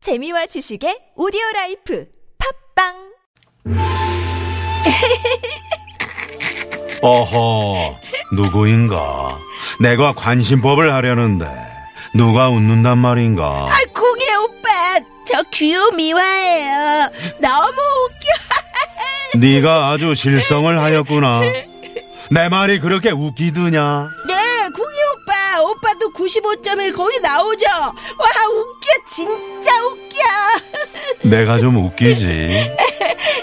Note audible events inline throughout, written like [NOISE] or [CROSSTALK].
재미와 지식의 오디오 라이프 팝빵 어허, 누구인가? 내가 관심법을 하려는데 누가 웃는단 말인가? 아, 공예 오빠, 저 귀요 미화예요. 너무 웃겨. 네가 아주 실성을 하였구나. 내 말이 그렇게 웃기드냐? 네, 공예 오빠, 오빠도 95.1 거기 나오죠. 와, 웃겨, 진짜 웃겨. [LAUGHS] 내가 좀 웃기지.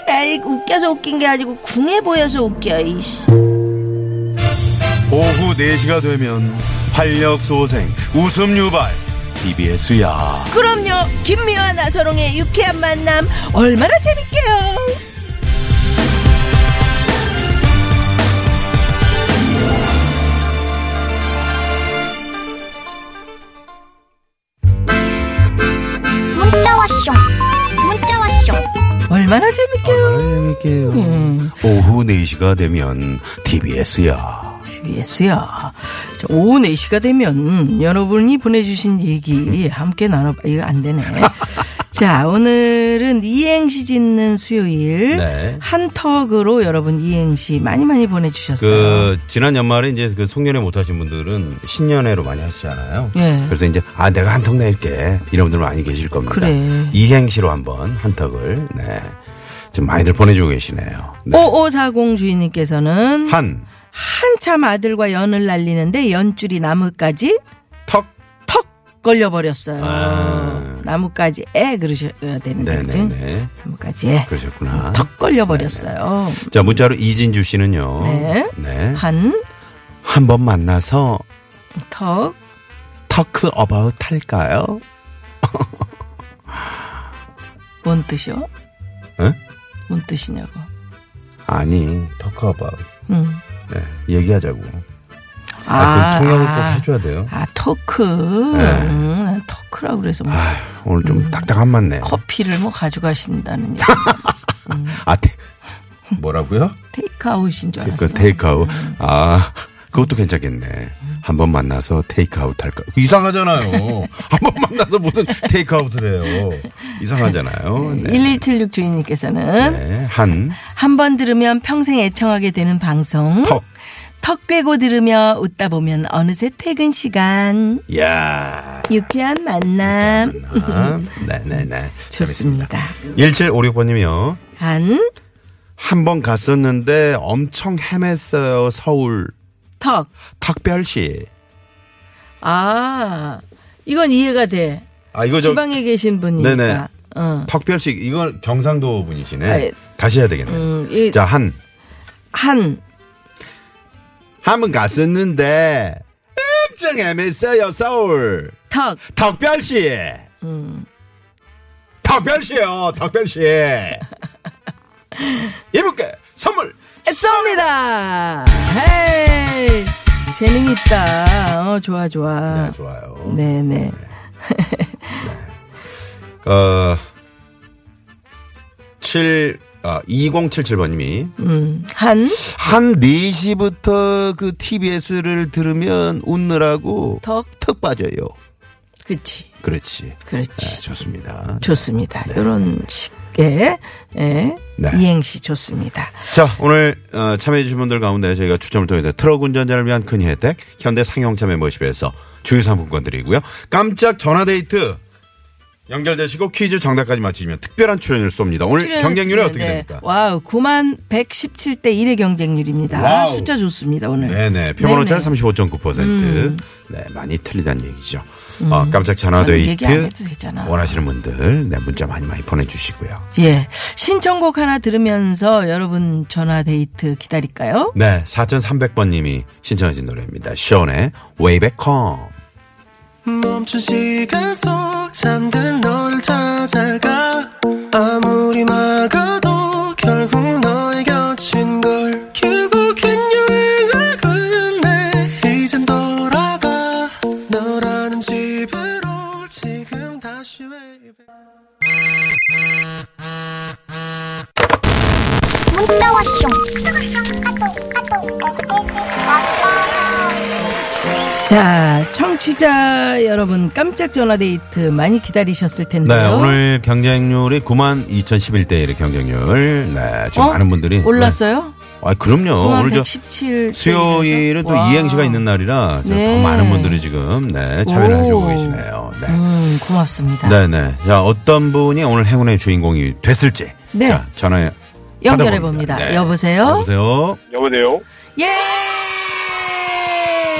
아이, 웃겨서 웃긴 게 아니고 궁해 보여서 웃겨. 이씨. 오후 4시가 되면 활력 소생, 웃음 유발, TBS야. 그럼요, 김미화 나서롱의 유쾌한 만남 얼마나 재밌게요. 문자 왔쇼 문자 왔쇼 얼마나 재밌게요. 재밌게요. 음. 오후 4시가 되면 TBS야. 예스야. 자, 오후 4시가 되면 여러분이 보내주신 얘기 함께 나눠봐. 이거 [LAUGHS] 안 되네. 자, 오늘은 이행시 짓는 수요일. 네. 한턱으로 여러분 이행시 많이 많이 보내주셨어요. 그 지난 연말에 이제 그 송년회 못 하신 분들은 신년회로 많이 하시잖아요. 예. 그래서 이제 아 내가 한턱 낼게 이런 분들 많이 계실 겁니다. 그래. 이행시로 한번 한턱을 네. 좀 많이들 보내주고 계시네요. 네. 5540 주인님께서는 한 한참 아들과 연을 날리는데 연줄이 나뭇가지 턱. 턱 걸려버렸어요. 아. 나뭇가지 에 그러셔야 되는데. 그지? 네네네. 나뭇가지 에. 그러셨구나. 턱 걸려버렸어요. 자 문자로 이진주 씨는요. 네. 네. 한, 한 번 만나서 턱, 터크 어바웃 할까요? 뭔 뜻이요? 응? 뭔 뜻이냐고. 음. 아니 터크 어바웃. 응. 네. 얘기하자고. 아, 그건 통역을 꼭 해줘야 돼요. 아, 토크. 네. 응, 난 토크라 그래서 뭐 아휴, 오늘 좀 딱딱한 맛네. 커피를 뭐 [LAUGHS] 가져가신다는 얘기. 아, 테, 뭐라고요? 테이크아웃인 줄 알았어. 그 테이크아웃. 아, 그것도 괜찮겠네. 한 번 만나서 테이크아웃 할까? [LAUGHS] 이상하잖아요. 한 번 만나서 무슨 테이크아웃을 해요. 이상하잖아요. 네. 1176 주인님께서는 네. 한, 한 번 들으면 평생 애청하게 되는 방송. 턱. 턱 꿰고 들으며 웃다 보면 어느새 퇴근 시간. 야 유쾌한 만남. 네네네. 좋습니다. 1756번님이요. 한, 한 번 갔었는데 엄청 헤맸어요. 서울. 턱. 탁별시. 아, 이건 이해가 돼. 아, 이거 좀. 지방에 계신 분이니까. 네네. 어. 턱별씨 이건 경상도 분이시네. 아이. 예. 다시 해야 되겠네. 음, 이- 자, 한. 한 한 번 갔었는데 엄청 애매했어요. 서울. 턱. 턱별씨. 턱별씨요. 턱별씨. 이분께 선물. 쏩니다. 헤이. 재능 있다. 어, 좋아, 좋아. 네, 좋아요. 네, 네. 어, 7, 아, 2077번님이 음, 한 한 4시부터 그 TBS를 들으면 웃느라고 턱. 턱 빠져요. 그렇지. 그렇지. 네, 그렇지. 좋습니다. 좋습니다. 요런 식의 예. 네. 이행시 좋습니다. 자, 오늘 어, 참여해주신 분들 가운데 저희가 추첨을 통해서 트럭 운전자를 위한 큰 혜택, 현대 상용차 멤버십에서 주유상품권 드리고요. 깜짝 전화데이트 연결되시고 퀴즈 정답까지 맞히시면 특별한 출연을 쏩니다. 오늘 경쟁률이 출연- 어떻게 네. 됩니까? 와우, 9만 117대 1의 경쟁률입니다. 와우. 숫자 좋습니다, 오늘. 네네. 표본 오차는 네네. 음. 35.9%. 네, 많이 틀리다는 얘기죠. 어, 깜짝 아니, 얘기 안 전화데이트 해도 되잖아. 원하시는 분들 네, 문자 많이 많이 보내주시고요. 예. 신청곡 하나 들으면서 여러분 전화 데이트 기다릴까요? 네, 4300번님이 신청하신 노래입니다. 시온의 Way Back Home. 멈춘 시간 속 잠든 너를 찾아가 아무리 막아도 결국 너의 곁인 걸 결국엔 여행을 걸렸네 이젠 돌아가 너라는 집으로 지금 다시 왜 문자 왔쇼 문자 왔쇼 까똑 까똑 자, 청취자 여러분 깜짝 전화 데이트 많이 기다리셨을 텐데요. 네, 오늘 경쟁률이 9만 2011대 1의 경쟁률. 네, 지금 어? 많은 분들이. 올랐어요? 네. 아, 그럼요. 오늘 저 117. 수요일은 또 이행시가 있는 날이라 저더 네. 많은 분들이 지금 네, 참여를 오. 해주고 계시네요. 네. 음, 고맙습니다. 네네. 자, 어떤 분이 오늘 행운의 주인공이 됐을지. 네. 자, 전화 연결해 봅니다. 여보세요? 네. 여보세요? 여보세요? 예!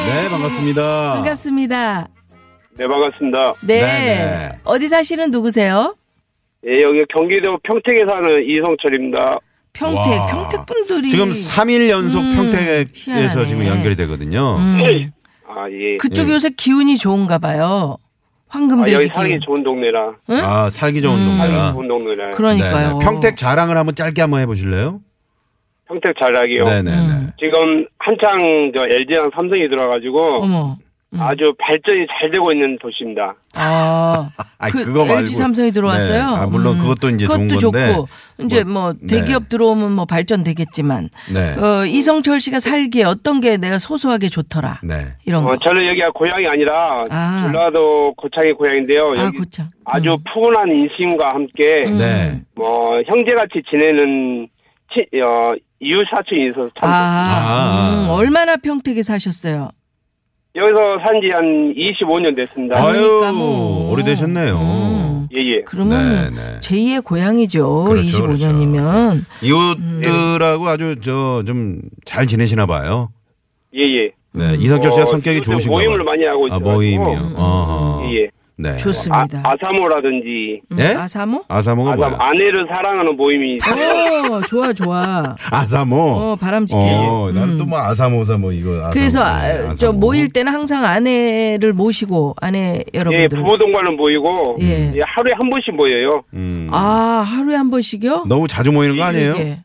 네, 반갑습니다. 반갑습니다. 네, 반갑습니다. 네. 네네. 어디 사시는 누구세요? 예, 여기 경기도 평택에 사는 이성철입니다. 평택, 와. 평택분들이. 지금 3일 연속 음, 평택에서 희한하네. 지금 연결이 되거든요. 음, 아, 예. 그쪽 이 요새 기운이 좋은가 봐요. 아, 황금돼지 여기 기운. 살기 좋은 동네라. 응? 아, 살기 좋은 살기 동네라. 좋은 동네라. 음, 그러니까요. 네네. 평택 자랑을 한번 짧게 한번 해보실래요? 평택 자락이요. 네네네. 음. 지금 한창 저 LG랑 삼성이 들어가지고 어머. 음. 아주 발전이 잘 되고 있는 도시입니다. 아, 아이, 그 그거 말고. LG 삼성이 들어왔어요. 음. 네. 아, 물론 그것도 이제 좋은 그것도 건데. 좋고 이제 뭐 네. 대기업 들어오면 뭐 발전되겠지만 네. 어, 이성철 씨가 살기에 어떤 게 내가 소소하게 좋더라. 네. 이런 거. 어, 저는 여기가 고향이 아니라 아. 전라도 고창이 고향인데요. 아, 여기 고창. 아주 푸근한 인심과 함께 음. 네. 뭐 형제같이 지내는 치, 어, 이웃 사촌이 있어서 참 아, 아. 음, 얼마나 평택에 사셨어요? 여기서 산 지 한 25년 됐습니다. 아유. 그러니까 아유, 뭐. 오래되셨네요. 음. 예, 예. 그러면 네, 네. 제2의 고향이죠. 그렇죠, 25년이면. 이웃들하고 아주 저 좀 잘 지내시나 봐요. 예, 예. 음. 네. 이성철 씨가 성격이 요즘 좋으신가 봐요. 모임을 많이 하고 있어 아, 모임이요. 어허. 예. 네. 아, 좋습니다. 아사모라든지 음, 예? [LAUGHS] 아사모? 아사모가 아사, 뭐야? 아내를 사랑하는 모임이 어, 좋아, 좋아. 아사모. 어, 바람직해. 어, 나는 음. 또 뭐 아사모사 뭐 이거. 아사모. 그래서 네, 아, 저 아사모. 모일 때는 항상 아내를 모시고 아내 예, 여러분들. 부부 동반은 모이고 예. 예, 하루에 한 번씩 모여요. 음. 아 하루에 한 번씩이요? 너무 자주 모이는 예, 거 아니에요? 이게.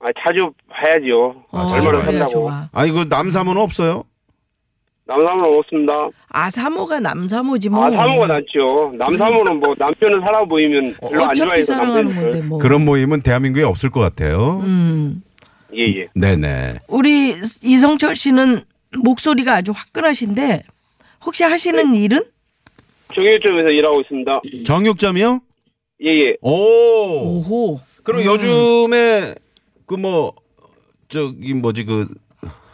아, 자주 봐야죠. 아, 어, 잘 얼마나 얼마나 봐요. 그래야 산다고. 좋아. 아 이거 남사모는 없어요? 남사모는 없습니다. 아사모가 남사모지 뭐. 아사모가 낫죠. 남사모는 뭐 남편을 사랑 모이면 별로 안 어차피 좋아해서 사랑하는 건데 남편을. 뭐. 그런 모임은 대한민국에 없을 것 같아요. 음. 예, 예. 네네. 우리 이성철 씨는 목소리가 아주 화끈하신데 혹시 하시는 네. 일은? 정육점에서 일하고 있습니다. 정육점이요? 예, 예. 오. 오호. 음. 그럼 요즘에 그 뭐 저기 뭐지 그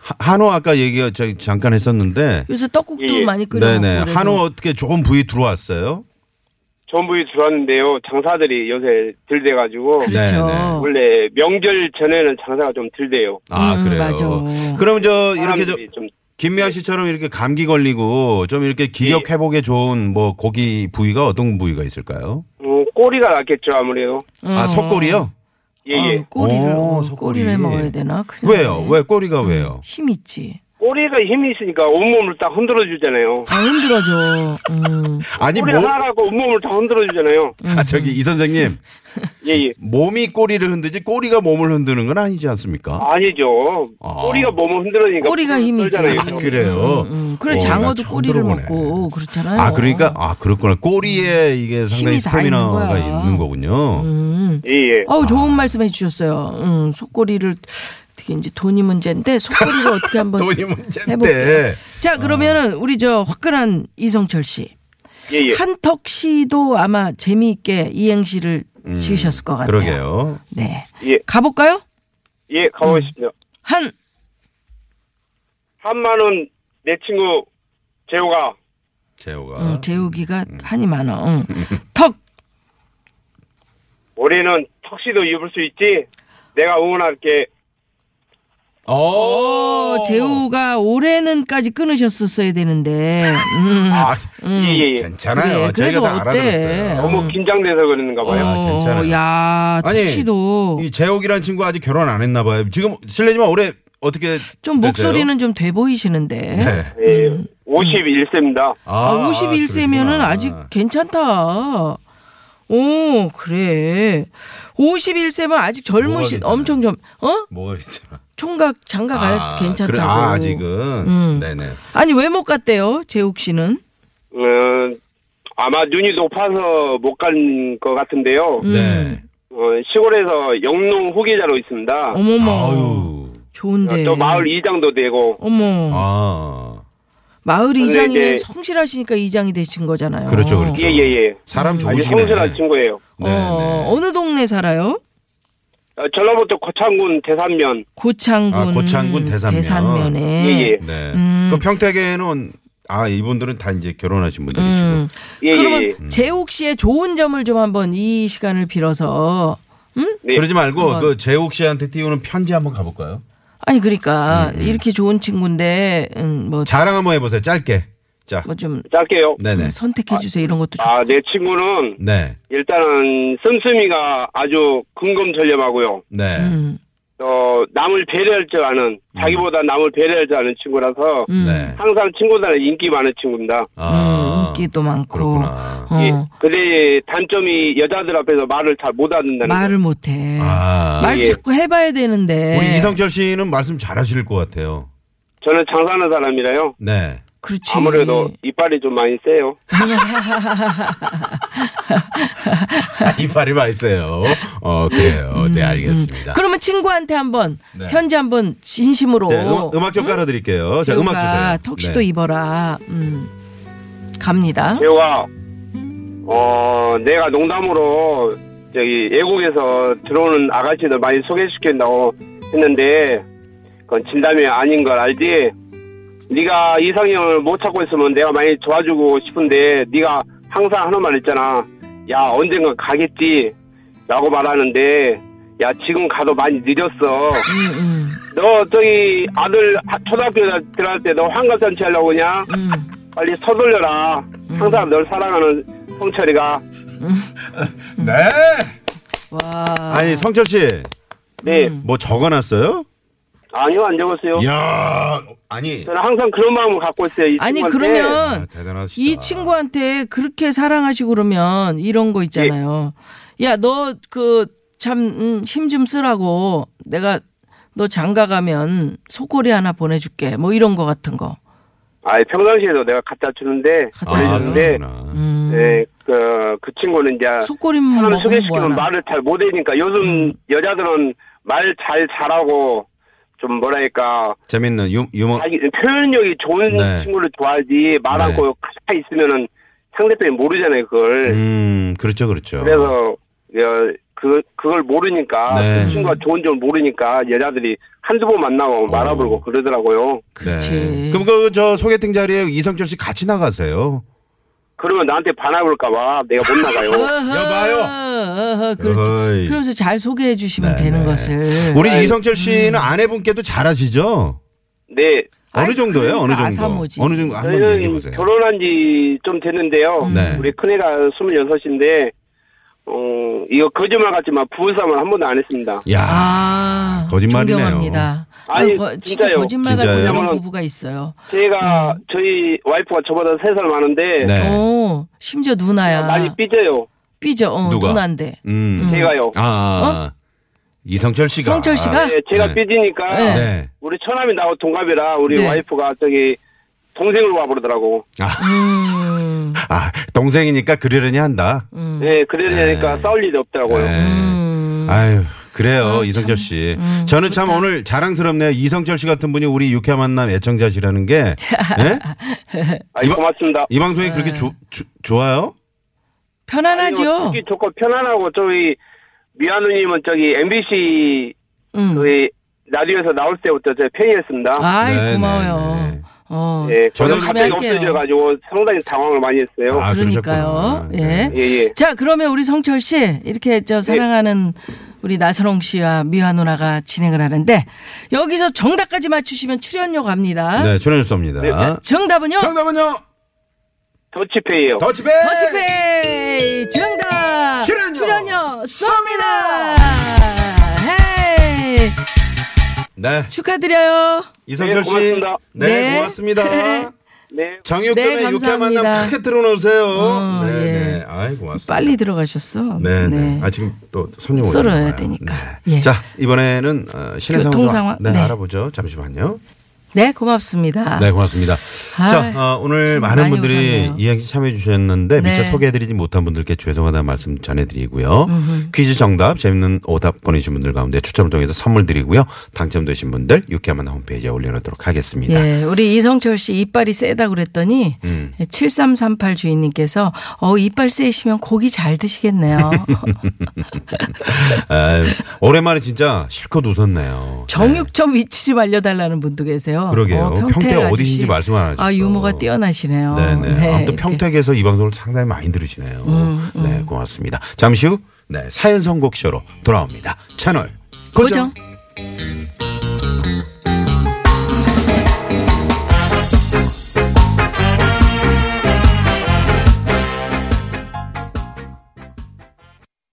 하- 한우 아까 얘기 저 잠깐 했었는데. 요새 떡국도 예, 예. 많이 끓여 먹고 네네. 그래서. 한우 어떻게 좋은 부위 들어왔어요? 전부에 들어왔는데요. 장사들이 요새 덜 돼가지고 그렇죠. 네네. 원래 명절 전에는 장사가 좀 덜 돼요. 아 음, 그래요. 맞아. 그럼 저 이렇게 저 사람들이 좀 김미아 씨처럼 이렇게 감기 걸리고 좀 이렇게 네. 기력 회복에 좋은 뭐 고기 부위가 어떤 부위가 있을까요? 음, 꼬리가 낫겠죠 아무래도 아 속골이요? 예예 음. 아, 꼬리를 오, 어, 속꼬리. 꼬리를 먹어야 되나? 큰일 왜요? 나네. 음. 왜 꼬리가 왜요? 힘 있지. 꼬리가 힘이 있으니까 온몸을 딱 흔들어 주잖아요 아 힘들어져. 음. 아니 뭐- 꼬리가 하나라고 온몸을 다 흔들어 주잖아요 아 저기 이 선생님 예예 몸이 꼬리를 흔들지 꼬리가 몸을 흔드는 건 아니지 않습니까? 아니죠 아. 꼬리가 몸을 흔들으니까 꼬리가 풀을 힘이지. 떨잖아요. 그래요. 음, 그래 오, 장어도 나 처음 꼬리를 들어보네. 먹고 그렇잖아요. 아 그러니까 아 그렇구나 꼬리에 이게 상당히 힘이 다 있는 스태미나가 거야. 있는 거군요. 음. 예예 어우 좋은 말씀해 주셨어요. 음, 속꼬리를 특히 이제 돈이 문제인데 속꼬리를 어떻게 한번 [LAUGHS] 돈이 문제인데. 어. 해볼게요. 네. 자 그러면은 우리 저 화끈한 이성철 씨 예예 한턱 씨도 아마 재미있게 이행시를 지으셨을 것 같아요. 음, 그러게요. 네. 예. 가볼까요? 예 가보겠습니다 음. 한 한마는 내 친구 재호가 재호가 음, 재욱이가 한이 많아. 응. 음. 턱 올해는 턱시도 입을 수 있지 내가 응원할게 어! 오, 어, 재우가 올해는까지 끊으셨었어야 되는데 음, 예예예 아, 괜찮아요. 저희가 그래, 그래도 다 어때? 음. 알아들었어요. 너무 긴장돼서 그러는가 봐요 음. 아, 괜찮아요. 야, 아니, 턱시도 이 재욱이라는 친구 아직 결혼 안 했나 봐요. 지금 실례지만 올해 어떻게 좀 되세요? 목소리는 좀 돼 보이시는데. 네. 예 51세입니다 아, 그러시구나. 51세면은 아직 괜찮다. 오, 그래. 51세면 아직 젊으신, 괜찮아요? 엄청 젊, 어? 뭐가 괜찮아? 총각, 장가 갈 괜찮다고. 그래, 아, 아직은 음. 네네. 아니, 왜 못 갔대요? 재욱 씨는? 음, 아마 눈이 높아서 못 간 것 같은데요. 음. 네. 어, 시골에서 영농 후계자로 있습니다. 어머머. 아유. 좋은데. 저 마을 이장도 되고 어머. 아. 마을 근데 이장이면 이제- 성실하시니까 이장이 되신 거잖아요. 그렇죠, 그렇죠. 예, 예, 예. 사람 아주 좋으시네. 성실한 친구예요. 어, 네, 네. 어느 동네 살아요? 어, 전라북도 고창군 대산면. 고창군. 아, 고창군 대산면. 대산면에. 예, 예. 네. 음. 그럼 평택에는 아 이분들은 다 이제 결혼하신 분들이시고 음. 예, 그러면 예, 예. 재욱 씨의 좋은 점을 좀 한번 이 시간을 빌어서 예. 그러지 말고 한번. 그 재욱 씨한테 띄우는 편지 한번 가볼까요? 아니 그러니까 이렇게 좋은 친구인데 음, 뭐 음, 자랑 한번 해보세요. 짧게. 자, 뭐 좀 짧게요. 네네. 선택해 주세요 이런 것도 좋고 아, 내 친구는 네, 일단은 씀씀이가 아주 근검절렴하고요. 네. 음, 어, 남을 배려할 줄 아는, 음. 자기보다 남을 배려할 줄 아는 친구라서 음, 네. 항상 친구들한테 인기 많은 친구입니다. 아, 음, 인기도 많고 그렇구나. 어, 예. 근데 단점이 여자들 앞에서 말을 잘 못하는다는 말을 못해 아, 말 예. 자꾸 해봐야 되는데 우리 이성철 씨는 말씀 잘하실 것 같아요. 저는 장사하는 사람이라요. 네. [LAUGHS] 그렇지 아무래도 이빨이 좀 많이 세요. 이빨이 맛있어요. 어, 그래요. 네, 알겠습니다. 음. 그러면 친구한테 한번 네. 현지 한번 진심으로 네, 음악, 음악 좀 깔아드릴게요. 자, 음악 주세요. 뭐. 재우가 턱시도 네. 입어라 음, 갑니다 제가 어 내가 농담으로 저기 외국에서 들어오는 아가씨들 많이 소개시킨다고 했는데 그건 진담이 아닌 걸 알지? 네가 이상형을 못 찾고 있으면 내가 많이 도와주고 싶은데 네가 항상 하는 말 있잖아. 야 언젠가 가겠지라고 말하는데 야 지금 가도 많이 느렸어. 음, 음, 너 저기 아들 하- 초등학교 들어갈 때 너 환갑잔치 하려고 그냐? 음. 빨리 서둘려라. 항상 널 사랑하는 성철이가. 네. 음. 와 아니, 성철 씨, 네. 음. 뭐 적어놨어요? 아니요, 안 적었어요. 야 아니. 저는 항상 그런 마음을 갖고 있어요. 이 아니 친구한테. 아, 그러면 대단하시다. 이 친구한테 그렇게 사랑하시고 그러면 이런 거 있잖아요. 야 너 그 참 힘 좀 쓰라고 내가 너 장가 가면 속고리 하나 보내줄게. 뭐 이런 거 같은 거. 아니, 평상시에도 내가 갖다 주는데. 갖다 아, 보내주는데. 그러구나. 음. 네, 그, 그 친구는 이제. 속고리만 사람 먹으면 뭐 소개시키면 하나. 음. 말을 잘 못하니까 요즘 여자들은 말 잘 잘하고 좀 뭐랄까. 재밌는 유, 유머. 자기 표현력이 좋은 어. 네. 친구를 좋아하지 말 네. 않고 가만히 있으면은 상대편이 모르잖아요, 그걸. 음, 그렇죠, 그렇죠. 그래서 어, 그 그걸 모르니까 네. 그 친구가 좋은 점 모르니까 여자들이 한두 번 어. 만나고 말아보고 그러더라고요. 그렇지. 그럼 그 저 소개팅 자리에 이성철 씨 같이 나가세요. 그러면 나한테 반항할까봐 내가 못 [LAUGHS] 나가요. 어허, 여봐요. 어허, 그렇지. 음. 어이. 그러면서 잘 소개해 주시면 네, 되는 네. 것을. 우리 이성철 씨는 아내분께도 잘하시죠? 네, 어느 아이, 정도예요? 어느 그러니까 정도? 아사모지. 어느 정도 한번 얘기해 저희는 보세요. 결혼한 지 좀 됐는데요. 네. 우리 큰애가 26인데 어 이거 거짓말 같지만 부부싸움을 한 번도 안 했습니다. 야. 아, 거짓말이네요. 존경합니다. 아니, 아, 거- 진짜 진짜요. 거짓말 같은 진짜요? 이런 부부가 있어요. 제가 저희 와이프가 저보다 3살 많은데 네. 어, 심지어 누나야. 아, 많이 삐져요. 삐져. 어, 누가? 누나인데. 음. 제가요. 아, 아, 이성철 씨가. 어? 성철 씨가? 네, 제가 네. 삐지니까 네. 네. 네. 우리 처남이 나하고 동갑이라 우리 네. 와이프가 저기 동생으로 와버리더라고. 음. 아, 동생이니까 그러려니 한다. 네, 그러니까 네. 싸울 일이 없더라고요. 네. 음. 아유, 그래요, 이성철 씨. 저는 참 오늘 자랑스럽네요. 이성철 씨 같은 분이 우리 육회 만남 애청자시라는 게. 예? 아이, 이거- 고맙습니다. 이 방송이 [LAUGHS] 그렇게 조- 조- 좋아요? 편안하죠? 듣기 좋고 편안하고 저기 미아누님은 저기 MBC 음. 저희 라디오에서 나올 때부터 제가 팬이었습니다. 아이, 네, 고마워요. 네, 네. 어. 예, 저도 저도 열심히 갑자기 할게요. 없어져가지고 상당히 당황을 많이 했어요. 아, 그러니까요. 그러셨구나. 예. 네. 예, 예. 자, 그러면 우리 성철 씨, 이렇게 저 사랑하는 우리 나선홍 씨와 미화 누나가 진행을 하는데, 여기서 정답까지 맞추시면 출연료 갑니다. 네, 출연료 쏩니다. 정답은요? 정답은요? 더치페이예요. 더치페! 더치페이 정답 출연료! 출연료 쏩니다 헤이 네, 축하드려요 이성철 씨. 네, 고맙습니다. 네, 네. 고맙습니다. 네. 정육점에 네, 육회 감사합니다. 만남 크게 들어놓으세요. 어, 네, 예. 네. 아이, 고맙습니다. 빨리 들어가셨어 네, 네. 아, 지금 또 손님 오잖아요. 썰어야 되니까. 예. 자, 이번에는 어, 신의 교통 상황 상황? 네, 네. 알아보죠. 잠시만요. 네, 고맙습니다. 네, 고맙습니다. 아이, 자, 어, 오늘 참 많은 많이 분들이 오셨네요. 이야기 참여해 주셨는데 네. 미처 소개해드리지 못한 분들께 죄송하다는 말씀 전해드리고요. 퀴즈 정답, 재밌는 오답 보내주신 분들 가운데 추첨을 통해서 선물 드리고요. 당첨되신 분들 유쾌한 만남 홈페이지에 올려놓도록 하겠습니다. 음. 예, 우리 이성철 씨 이빨이 세다 그랬더니 7338 주인님께서 어 이빨 세시면 고기 잘 [LAUGHS] 드시겠네요. [LAUGHS] 아, 오랜만에 진짜 실컷 웃었네요. 정육점 위치 좀 알려달라는 분도 계세요. 어, 그러게요. 평택 아저씨. 어디신지 말씀 안 하셨어. 아 유머가 뛰어나시네요. 네, 네. 아무튼 이렇게. 음, 평택에서 이 방송을 상당히 많이 들으시네요. 네, 고맙습니다. 잠시 후 네, 사연 선곡쇼로 돌아옵니다. 채널 고정. 고정.